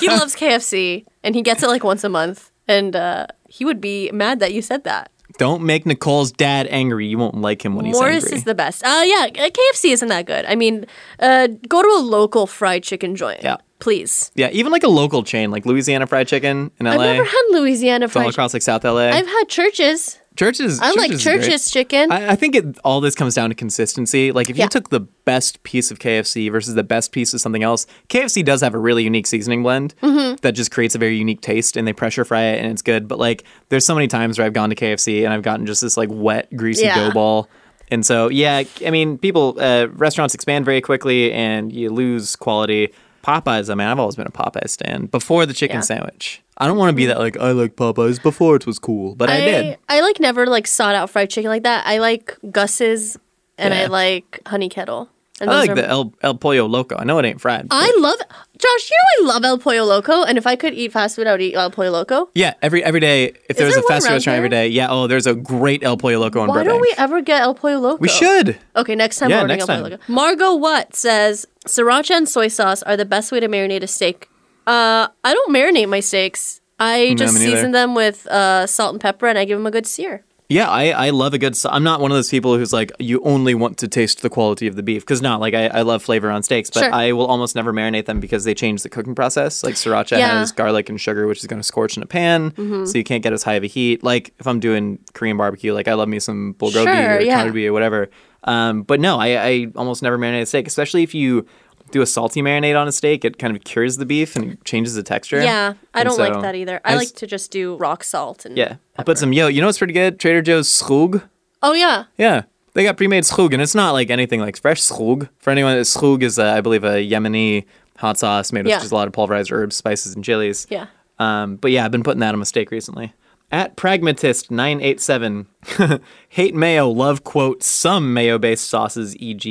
D: he loves KFC and he gets it like once a month. And uh, he would be mad that you said that.
E: Don't make Nicole's dad angry. You won't like him when he's
D: Morris
E: angry.
D: is the best. Uh, yeah, uh, KFC isn't that good. I mean, uh, go to a local fried chicken joint.
E: Yeah.
D: Please.
E: yeah, even like a local chain, like Louisiana Fried Chicken in LA.
D: I've never had Louisiana
E: it's all
D: fried chicken.
E: across like South LA.
D: I've had churches.
E: churches.
D: I like
E: churches is great.
D: churches chicken.
E: I, I think it, all this comes down to consistency. Like if
D: Yeah.
E: you took the best piece of KFC versus the best piece of something else, KFC does have a really unique seasoning blend
D: Mm-hmm.
E: that just creates a very unique taste, and they pressure fry it, and it's good. But like, there's so many times where I've gone to KFC and I've gotten just this like wet, greasy
D: Yeah.
E: dough ball. And so, yeah, I mean, people, uh, restaurants expand very quickly, and you lose quality. Popeyes, I mean, I've always been a Popeyes stand before the chicken
D: Yeah. Mm-hmm.
E: sandwich. I don't want to be that like I like Popeyes before it was cool, but I did.
D: I like never like sought out fried chicken like that. I like Gus's and I
E: Yeah.
D: like Honey Kettle. And
E: I
D: those
E: like
D: are-
E: the El, El Pollo Loco. I know it ain't fried.
D: I love Josh. You know I love El Pollo Loco, and if I could eat fast food, I would eat El Pollo Loco.
E: yeah, every every day if there's
D: there
E: a fast
D: one
E: food
D: around
E: restaurant every
D: here?
E: day, yeah. Oh, there's a great El Pollo Loco in
D: Why
E: Burbank.
D: don't we ever get El Pollo Loco?
E: We should.
D: Okay, next time
E: Yeah,
D: we're ordering
E: next
D: El Pollo
E: time.
D: Loco. Margot Watt says sriracha and soy sauce are the best way to marinate a steak. Uh, I don't marinate my steaks. I just
E: me neither.
D: season them with uh, salt and pepper, and I give them a good sear.
E: Yeah, I, I love a good. sa- I'm not one of those people who's like you only want to taste the quality of the beef because not like I, I love flavor on steaks, but
D: Sure.
E: I will almost never marinate them because they change the cooking process. Like sriracha
D: Yeah. Mm-hmm.
E: has garlic and sugar, which is going to scorch in a pan, so you can't get as high of a heat. Like if I'm doing Korean barbecue, like I love me some bulgogi
D: Sure,
E: or
D: yeah.
E: kalbi or whatever. Um, but no, I, I almost never marinate a steak, especially if you do a salty marinade on a steak. It kind of cures the beef and changes the texture.
D: Yeah, I
E: And
D: don't
E: so
D: like that either. I,
E: s-
D: like to just do rock salt and
E: Yeah, I'll put some yo. You know what's pretty good? Trader Joe's schrug.
D: Oh yeah,
E: Yeah. They got pre-made schrug, and it's not like anything like fresh schrug. For anyone, schrug is, uh, I believe, a Yemeni hot sauce made with
D: Yeah.
E: just a lot of pulverized herbs, spices, and chilies.
D: Yeah.
E: Um, but yeah, I've been putting that on my steak recently. At pragmatist987, hate mayo, love, quote, some mayo-based sauces, e e.g.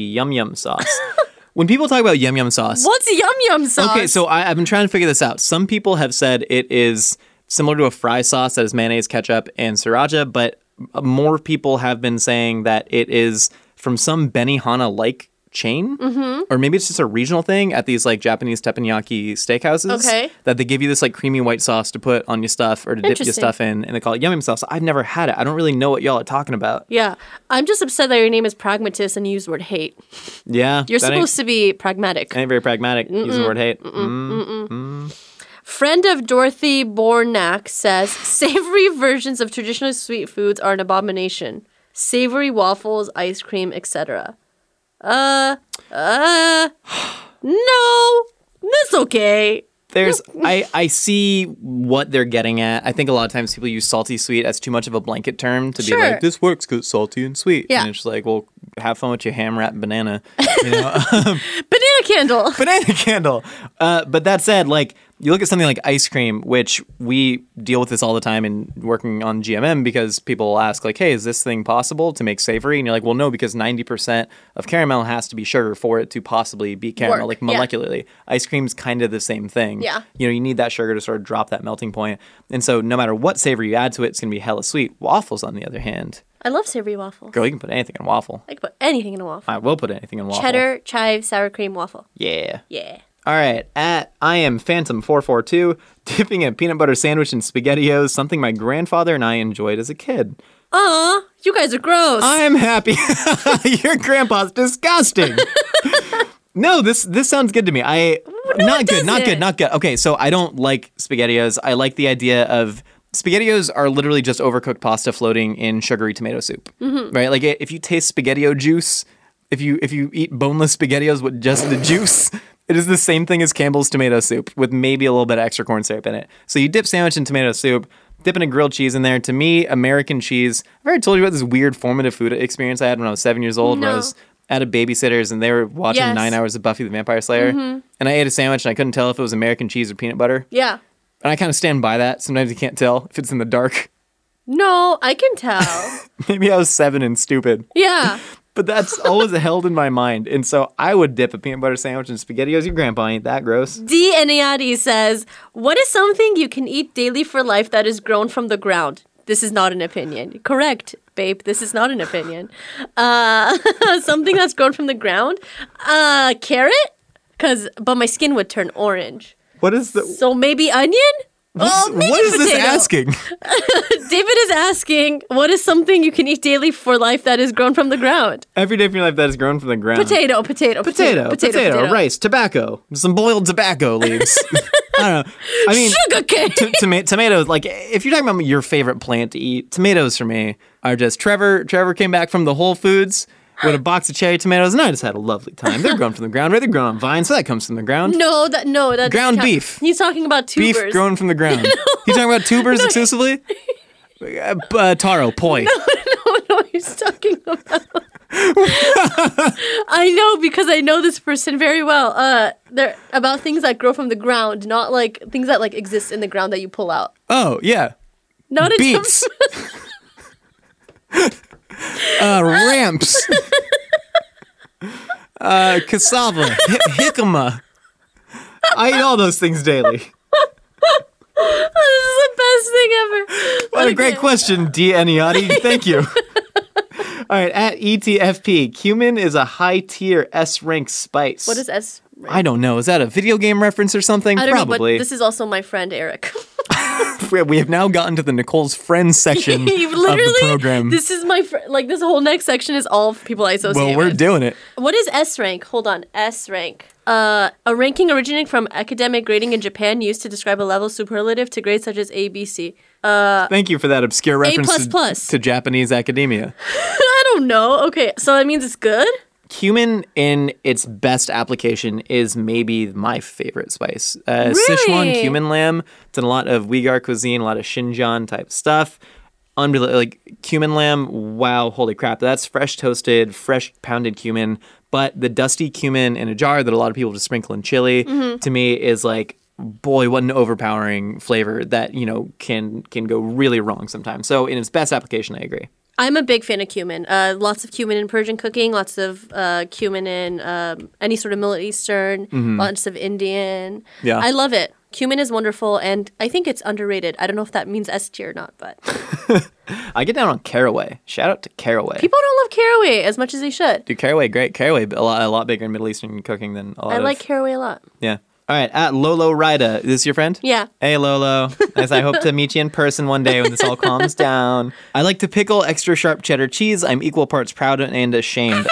E: yum-yum sauce. when people talk about yum-yum sauce,
D: what's yum yum sauce?
E: Okay, so I, I've been trying to figure this out. Some people have said it is similar to a fry sauce that is mayonnaise, ketchup, and sriracha, but more people have been saying that it is from some Benihana like chain,
D: Mm-hmm.
E: or maybe it's just a regional thing at these like Japanese teppanyaki steakhouses.
D: Okay.
E: That they give you this like creamy white sauce to put on your stuff or to dip your
D: Interesting.
E: stuff in, and they call it yum yum sauce. I've never had it. I don't really know what y'all are talking about.
D: yeah, I'm just upset that your name is pragmatist and you use the word hate.
E: Yeah.
D: You're
E: that ain't-
D: supposed to be pragmatic.
E: ain't very pragmatic using the word hate.
D: Friend of Dorothy Bornak says savory versions of traditional sweet foods are an abomination. Savory waffles, ice cream, etc. Uh, uh, no, that's okay.
E: there's I, I see what they're getting at. I think a lot of times people use salty sweet as too much of a blanket term to be
D: Sure.
E: like this works because it's salty and sweet.
D: Yeah.
E: And it's just like, well, have fun with your ham wrap banana, you know,
D: Banana candle.
E: banana candle. Uh, but that said, like you look at something like ice cream, which we deal with this all the time in working on GMM because people will ask like, "Hey, is this thing possible to make savory?" And you're like, "Well, no, because 90% of caramel has to be sugar for it to possibly be caramel,
D: Work,
E: like
D: yeah.
E: molecularly." Ice cream's kind of the same thing.
D: Yeah.
E: You know, you need that sugar to sort of drop that melting point. And so, no matter what savor you add to it, it's gonna be hella sweet. Waffles, on the other hand,
D: I love savory waffle.
E: girl, you can put anything in waffle.
D: I can put anything in a waffle.
E: I will put anything in waffle.
D: Cheddar, chive, sour cream, waffle.
E: Yeah.
D: Yeah.
E: All right, at I am Phantom four four two, dipping a peanut butter sandwich in spaghettios, something my grandfather and I enjoyed as a kid.
D: Aw, you guys are gross.
E: I'm happy. Your grandpa's disgusting. no, this this sounds good to me. I not good, not good,
D: doesn't.
E: not good. Okay, so I don't like spaghettios. I like the idea of spaghettios are literally just overcooked pasta floating in sugary tomato soup.
D: Mm-hmm.
E: Right? Like if you taste spaghettio juice, if you if you eat boneless spaghettios with just the juice, it is the same thing as Campbell's tomato soup with maybe a little bit of extra corn syrup in it. So you dip sandwich in tomato soup, dipping a grilled cheese in there. To me, American cheese. I've already told you about this weird formative food experience I had when I was seven years old. When I
D: No.
E: was at a babysitter's and they were watching
D: Yes.
E: nine hours of Buffy the Vampire Slayer, and I ate a sandwich and I couldn't tell if it was American cheese or peanut butter.
D: Mm-hmm. yeah.
E: And I kind of stand by that. Sometimes you can't tell if it's in the dark.
D: No, I can tell.
E: Maybe I was seven and stupid,
D: yeah.
E: but that's always held in my mind. And so I would dip a peanut butter sandwich in SpaghettiOs. Your grandpa ain't that gross.
D: D. Eniadi E says, What is something you can eat daily for life that is grown from the ground? This is not an opinion. Correct, babe. This is not an opinion. Uh, something that's grown from the ground? Uh, carrot? Cause, but my skin would turn orange.
E: What is the
D: So maybe onion? Oh, maybe
E: what is this
D: potato.
E: asking?
D: David is asking, what is something you can eat daily for life that is grown from the ground?
E: Every day of your life that is grown from the ground.
D: Potato, potato,
E: Uh-huh. potato, potato, rice, tobacco, some boiled tobacco leaves. I don't know. I mean,
D: Sugar cane.
E: t- toma- tomatoes. Like, if you're talking about your favorite plant to eat, tomatoes for me are just Trevor. Trevor came back from the Whole Foods with a box of cherry tomatoes, and I just had a lovely time. They're grown from the ground, right? They're grown on vines, so that comes from the ground.
D: No, that no, that
E: Ground beef.
D: He's talking about
E: Beef
D: tubers.
E: grown from the ground. You talking about tubers exclusively? Uh, b- uh, taro, poi.
D: I don't know what he's talking about. I know because I know this person very well. Uh, they're about things that grow from the ground, not like things that like exist in the ground that you pull out.
E: Oh yeah,
D: Not a
E: beets. uh, ramps. uh, cassava. Hi- jicama. I eat all those things daily.
D: This is the best thing ever.
E: What a great
D: Okay.
E: question, D. Eniati. Thank you. all right, at E ETFP, cumin is a high tier S rank spice.
D: What is S?
E: I don't know. Is that a video game reference or something?
D: I don't know,
E: Probably.
D: but this is also my friend Eric.
E: We- we have now gotten to the Nicole's friends section
D: He
E: of the
D: literally,
E: program.
D: this is my fr- like this whole next section is all people I associate.
E: well, we're
D: with.
E: doing it.
D: What is S rank? Hold on. S rank. Uh, a ranking originating from academic grading in Japan used to describe a level superlative to grades such as A, B, C.
E: Thank you for that obscure reference to-
D: Uh, plus.
E: to Japanese academia.
D: I don't know. Okay, so that means it's good?
E: cumin in its best application is maybe my favorite spice. Uh, Sichuan
D: Really?
E: cumin lamb. It's in a lot of Uyghur cuisine, a lot of Xinjiang type stuff. Unbel- like cumin lamb. Wow, holy crap! That's fresh toasted, fresh pounded cumin. But the dusty cumin in a jar that a lot of people just sprinkle in chili to me is like. Boy, what an overpowering flavor that you know can can go really wrong sometimes. So in its best application, I agree.
D: I'm a big fan of cumin. Uh, lots of cumin in Persian cooking, lots of uh, cumin in um, any sort of Middle Eastern, lots of Indian.
E: Mm-hmm. Yeah.
D: I love it. Cumin is wonderful, and I think it's underrated. I don't know if that means S tier or not, but
E: I get down on caraway. Shout out to caraway.
D: people don't love caraway as much as they should.
E: Dude, caraway, great. Caraway, a lot, a lot bigger in Middle Eastern cooking than a lot
D: I
E: of.
D: like caraway a lot.
E: yeah. All right, at Lolo Rida. Is this your friend?
D: Yeah.
E: Hey, Lolo. As I hope to meet you in person one day when this all calms down. I like to pickle extra sharp cheddar cheese. I'm equal parts proud and ashamed.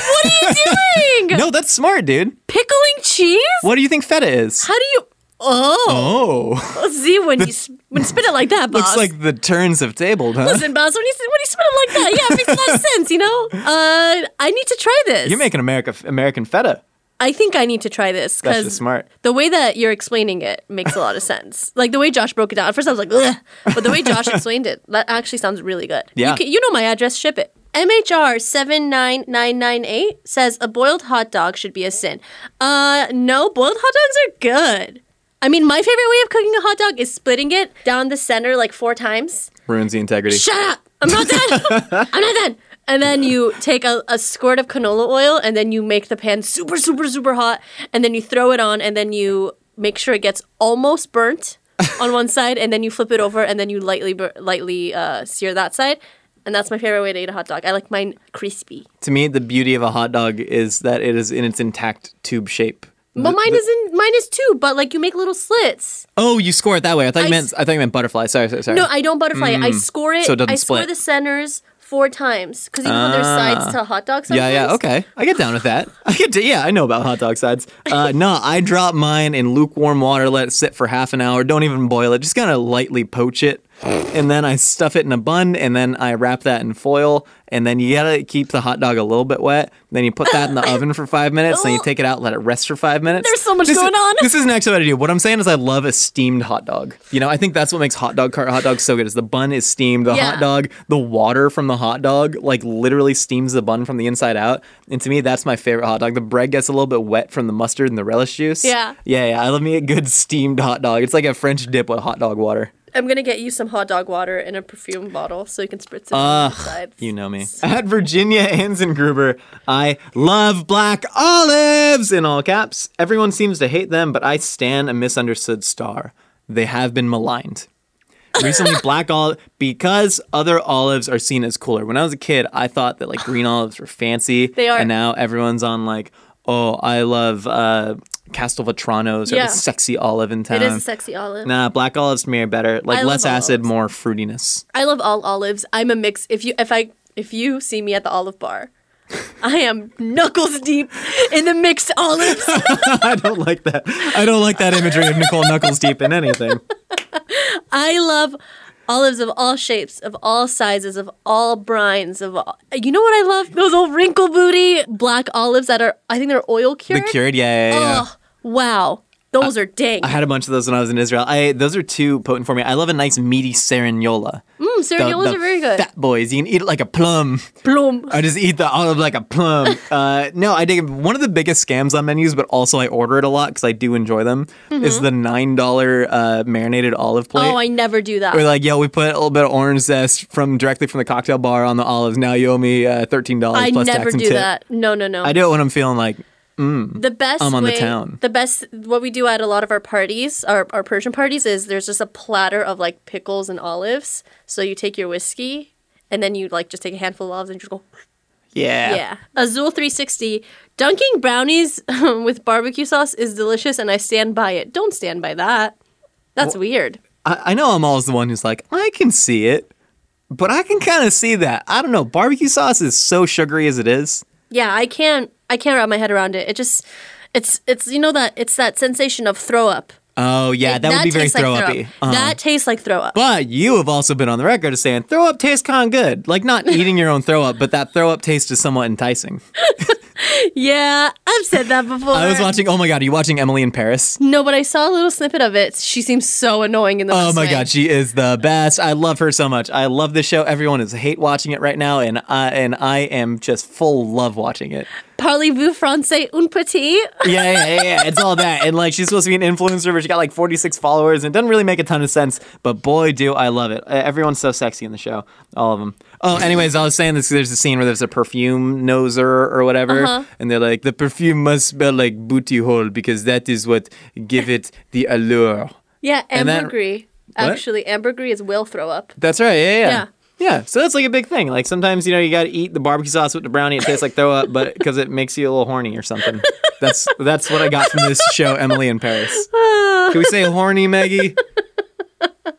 D: Dang!
E: no, that's smart, dude.
D: Pickling cheese?
E: What do you think feta is?
D: How do you? Oh,
E: Oh.
D: see when you s- when you spin it like that, boss.
E: Looks like the turns have tabled, huh?
D: listen, boss. When you s- when you spin it like that, yeah, it makes a lot of sense. You know, uh, I need to try this.
E: You're making America American feta.
D: I think I need to try this
E: That's just
D: because
E: smart.
D: the way that you're explaining it makes a lot of sense. Like the way Josh broke it down. At first, I was like, Ugh. but the way Josh explained it, that actually sounds really good.
E: Yeah.
D: You, can, you know my address. Ship it. MHR 79998 says a boiled hot dog should be a sin. Uh, no, boiled hot dogs are good. I mean, my favorite way of cooking a hot dog is splitting it down the center like four times.
E: Ruins the integrity.
D: Shut up! I'm not done. I'm not done. And then you take a, a squirt of canola oil, and then you make the pan super, super, super hot, and then you throw it on, and then you make sure it gets almost burnt on one side, and then you flip it over, and then you lightly, bur- lightly uh, sear that side. And that's my favorite way to eat a hot dog. I like mine crispy.
E: To me, the beauty of a hot dog is that it is in its intact tube shape.
D: But mine is in mine is too. But like you make little slits.
E: Oh, you score it that way. I thought you
D: I
E: meant. I thought you meant butterfly. Sorry, sorry, sorry.
D: No, I don't butterfly. it. I score it.
E: Mm. So it doesn't
D: I
E: split. Ah.
D: score the centers four times because you know how there's sides to hot dogs.
E: yeah, yeah,
D: sometimes?
E: okay. I get down with that. I get to, yeah, I know about hot dog sides. Uh, no, I drop mine in lukewarm water, let it sit for half an hour. Don't even boil it. Just kind of lightly poach it, and then I stuff it in a bun, and then I wrap that in foil, and then you gotta keep the hot dog a little bit wet. Then you put that in the oven for five minutes, then you take it out, let it rest for five minutes.
D: Oh. There's so much
E: This is-
D: going on.
E: This isn't actually what I do. What I'm saying is I love a steamed hot dog. You know, I think that's what makes hot dog cart hot dogs so good. Is the bun is steamed, the
D: Yeah.
E: hot dog, the water from the hot dog, like literally steams the bun from the inside out. And to me, that's my favorite hot dog. The bread gets a little bit wet from the mustard and the relish juice.
D: Yeah.
E: yeah, yeah. I love me a good steamed hot dog. It's like a French dip with hot dog water.
D: I'm gonna get you some hot dog water in a perfume bottle so you can spritz it on the sides.
E: You know me. At Virginia Ansengruber, I love black olives in all caps. Everyone seems to hate them, but I stand a misunderstood star. They have been maligned. Recently, black olive because other olives are seen as cooler. When I was a kid, I thought that like green olives were fancy.
D: They are.
E: And now everyone's on like, oh, I love uh, Castelvetranos or
D: Yeah.
E: the sexy olive in town.
D: It is a sexy olive.
E: Nah, black olives to me are better. Like
D: I
E: less
D: love
E: acid,
D: olives.
E: more fruitiness.
D: I love all olives. I'm a mix. If you if I if you see me at the olive bar, I am knuckles deep in the mixed olives.
E: I don't like that. I don't like that imagery of Nicole Knuckles deep in anything.
D: I love olives of all shapes, of all sizes, of all brines. Of all, you know what I love? Those old wrinkle booty black olives that are I think they're oil
E: The
D: cured.
E: cured, yeah, yeah, yeah.
D: Oh wow, those are dang.
E: I had a bunch of those when I was in Israel. I those are too potent for me. I love a nice meaty serignola.
D: Mm, cereals
E: The-
D: are
E: the
D: very good.
E: Fat boys, you can eat it like a plum.
D: Bloom.
E: I just eat the olive like a plum. Uh, no, I dig one of the biggest scams on menus, but also I order it a lot because I do enjoy them. Is the nine dollar uh, marinated olive plate?
D: Mm-hmm. Oh, I never do that.
E: We're like, yo, we put a little bit of orange zest from directly from the cocktail bar on the olives. Now you owe me uh, thirteen dollars
D: I
E: plus
D: never
E: tax and
D: do
E: tip.
D: that. No, no, no.
E: I do it when I'm feeling like
D: the best
E: I'm on the
D: way-
E: town.
D: The best what we do at a lot of our parties, our, our Persian parties, is there's just a platter of like pickles and olives. So you take your whiskey and then you like just take a handful of olives and just go yeah. Azul 360 dunking brownies with barbecue sauce is delicious and I stand by it. Don't stand by that. That's weird.
E: I, I know I'm always the one who's like, I can see it, but I can kind of see that. I don't know. Barbecue sauce is so sugary as it is.
D: Yeah, I can't I can't wrap my head around it. It just it's it's you know that it's that sensation of throw up.
E: Oh yeah, that, would be very
D: tastes like
E: throw uppy. Uh-huh.
D: That tastes like throw up.
E: but you have also been on the record as saying throw up tastes kind of good. Like not eating your own throw up, but that throw up taste is somewhat enticing.
D: Yeah, I've said that before.
E: I was watching. Oh my god, are you watching Emily in Paris?
D: No, but I saw a little snippet of it. She seems so annoying in the.
E: Oh
D: best
E: my
D: way.
E: god, she is the best. I love her so much. I love the show. Everyone is hate watching it right now, and I and I am just full love watching it.
D: Parlez-vous français un petit?
E: yeah, yeah, yeah, yeah. It's all that. And like, she's supposed to be an influencer, but she got like 46 followers, and it doesn't really make a ton of sense. But boy, do I love it. Uh, Everyone's so sexy in the show, all of them. Oh, anyways, I was saying this. There's a scene where there's a perfume noser or whatever, and they're like, the perfume must smell like booty hole because that is what give it the allure.
D: Yeah,
E: And that-
D: ambergris.
E: What?
D: Actually, ambergris will throw up.
E: That's right. Yeah, yeah. yeah.
D: Yeah.
E: Yeah, so that's like a big thing. Like sometimes you know you got to eat the barbecue sauce with the brownie. It tastes like throw up, but because it makes you a little horny or something. That's that's what I got from this show, Emily in Paris. Can we say horny, Maggie?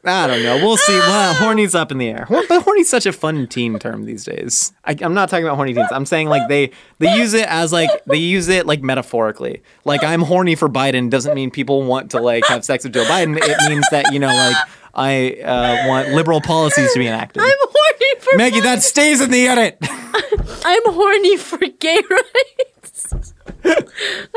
E: I don't know. We'll see. Well, horny's up in the air. Hor- but horny's such a fun teen term these days. I, I'm not talking about horny teens. I'm saying like they they use it as like they use it like metaphorically. Like I'm horny for Biden doesn't mean people want to like have sex with Joe Biden. It means that you know like I uh, want liberal policies to be enacted.
D: I'm horny for
E: Maggie, that stays in the edit.
D: I'm horny for gay rights.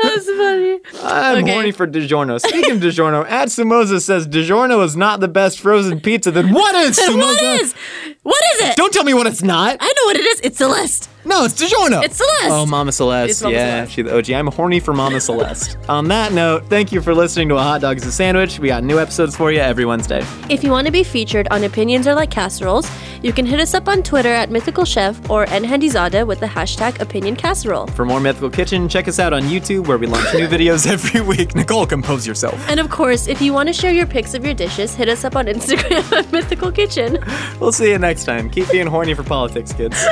D: That's funny.
E: I'm
D: Okay.
E: horny for DiGiorno. Speaking of DiGiorno, at Sumoza says DiGiorno is not the best frozen pizza. Then what is Sumoza?
D: What is? What is it?
E: Don't tell me what it's not.
D: I know what it is. It's Celeste.
B: No, it's DiGiorno.
D: It's Celeste.
E: Oh, Mama Celeste.
D: It's Mama
E: yeah,
D: Celeste.
E: she's the OG. I'm horny for Mama Celeste. On that note, thank you for listening to A Hot Dog is a Sandwich. We got new episodes for you every Wednesday.
D: If you want to be featured on Opinions Are Like Casseroles, you can hit us up on Twitter at Mythical Chef or nhandizada with the hashtag Opinion Casserole.
E: For more Mythical Kitchen, check us out on YouTube where we launch new videos every week. Nicole, compose yourself.
D: And of course, if you want to share your pics of your dishes, hit us up on Instagram at Mythical Kitchen.
E: We'll see you next time. Keep being horny for politics, kids.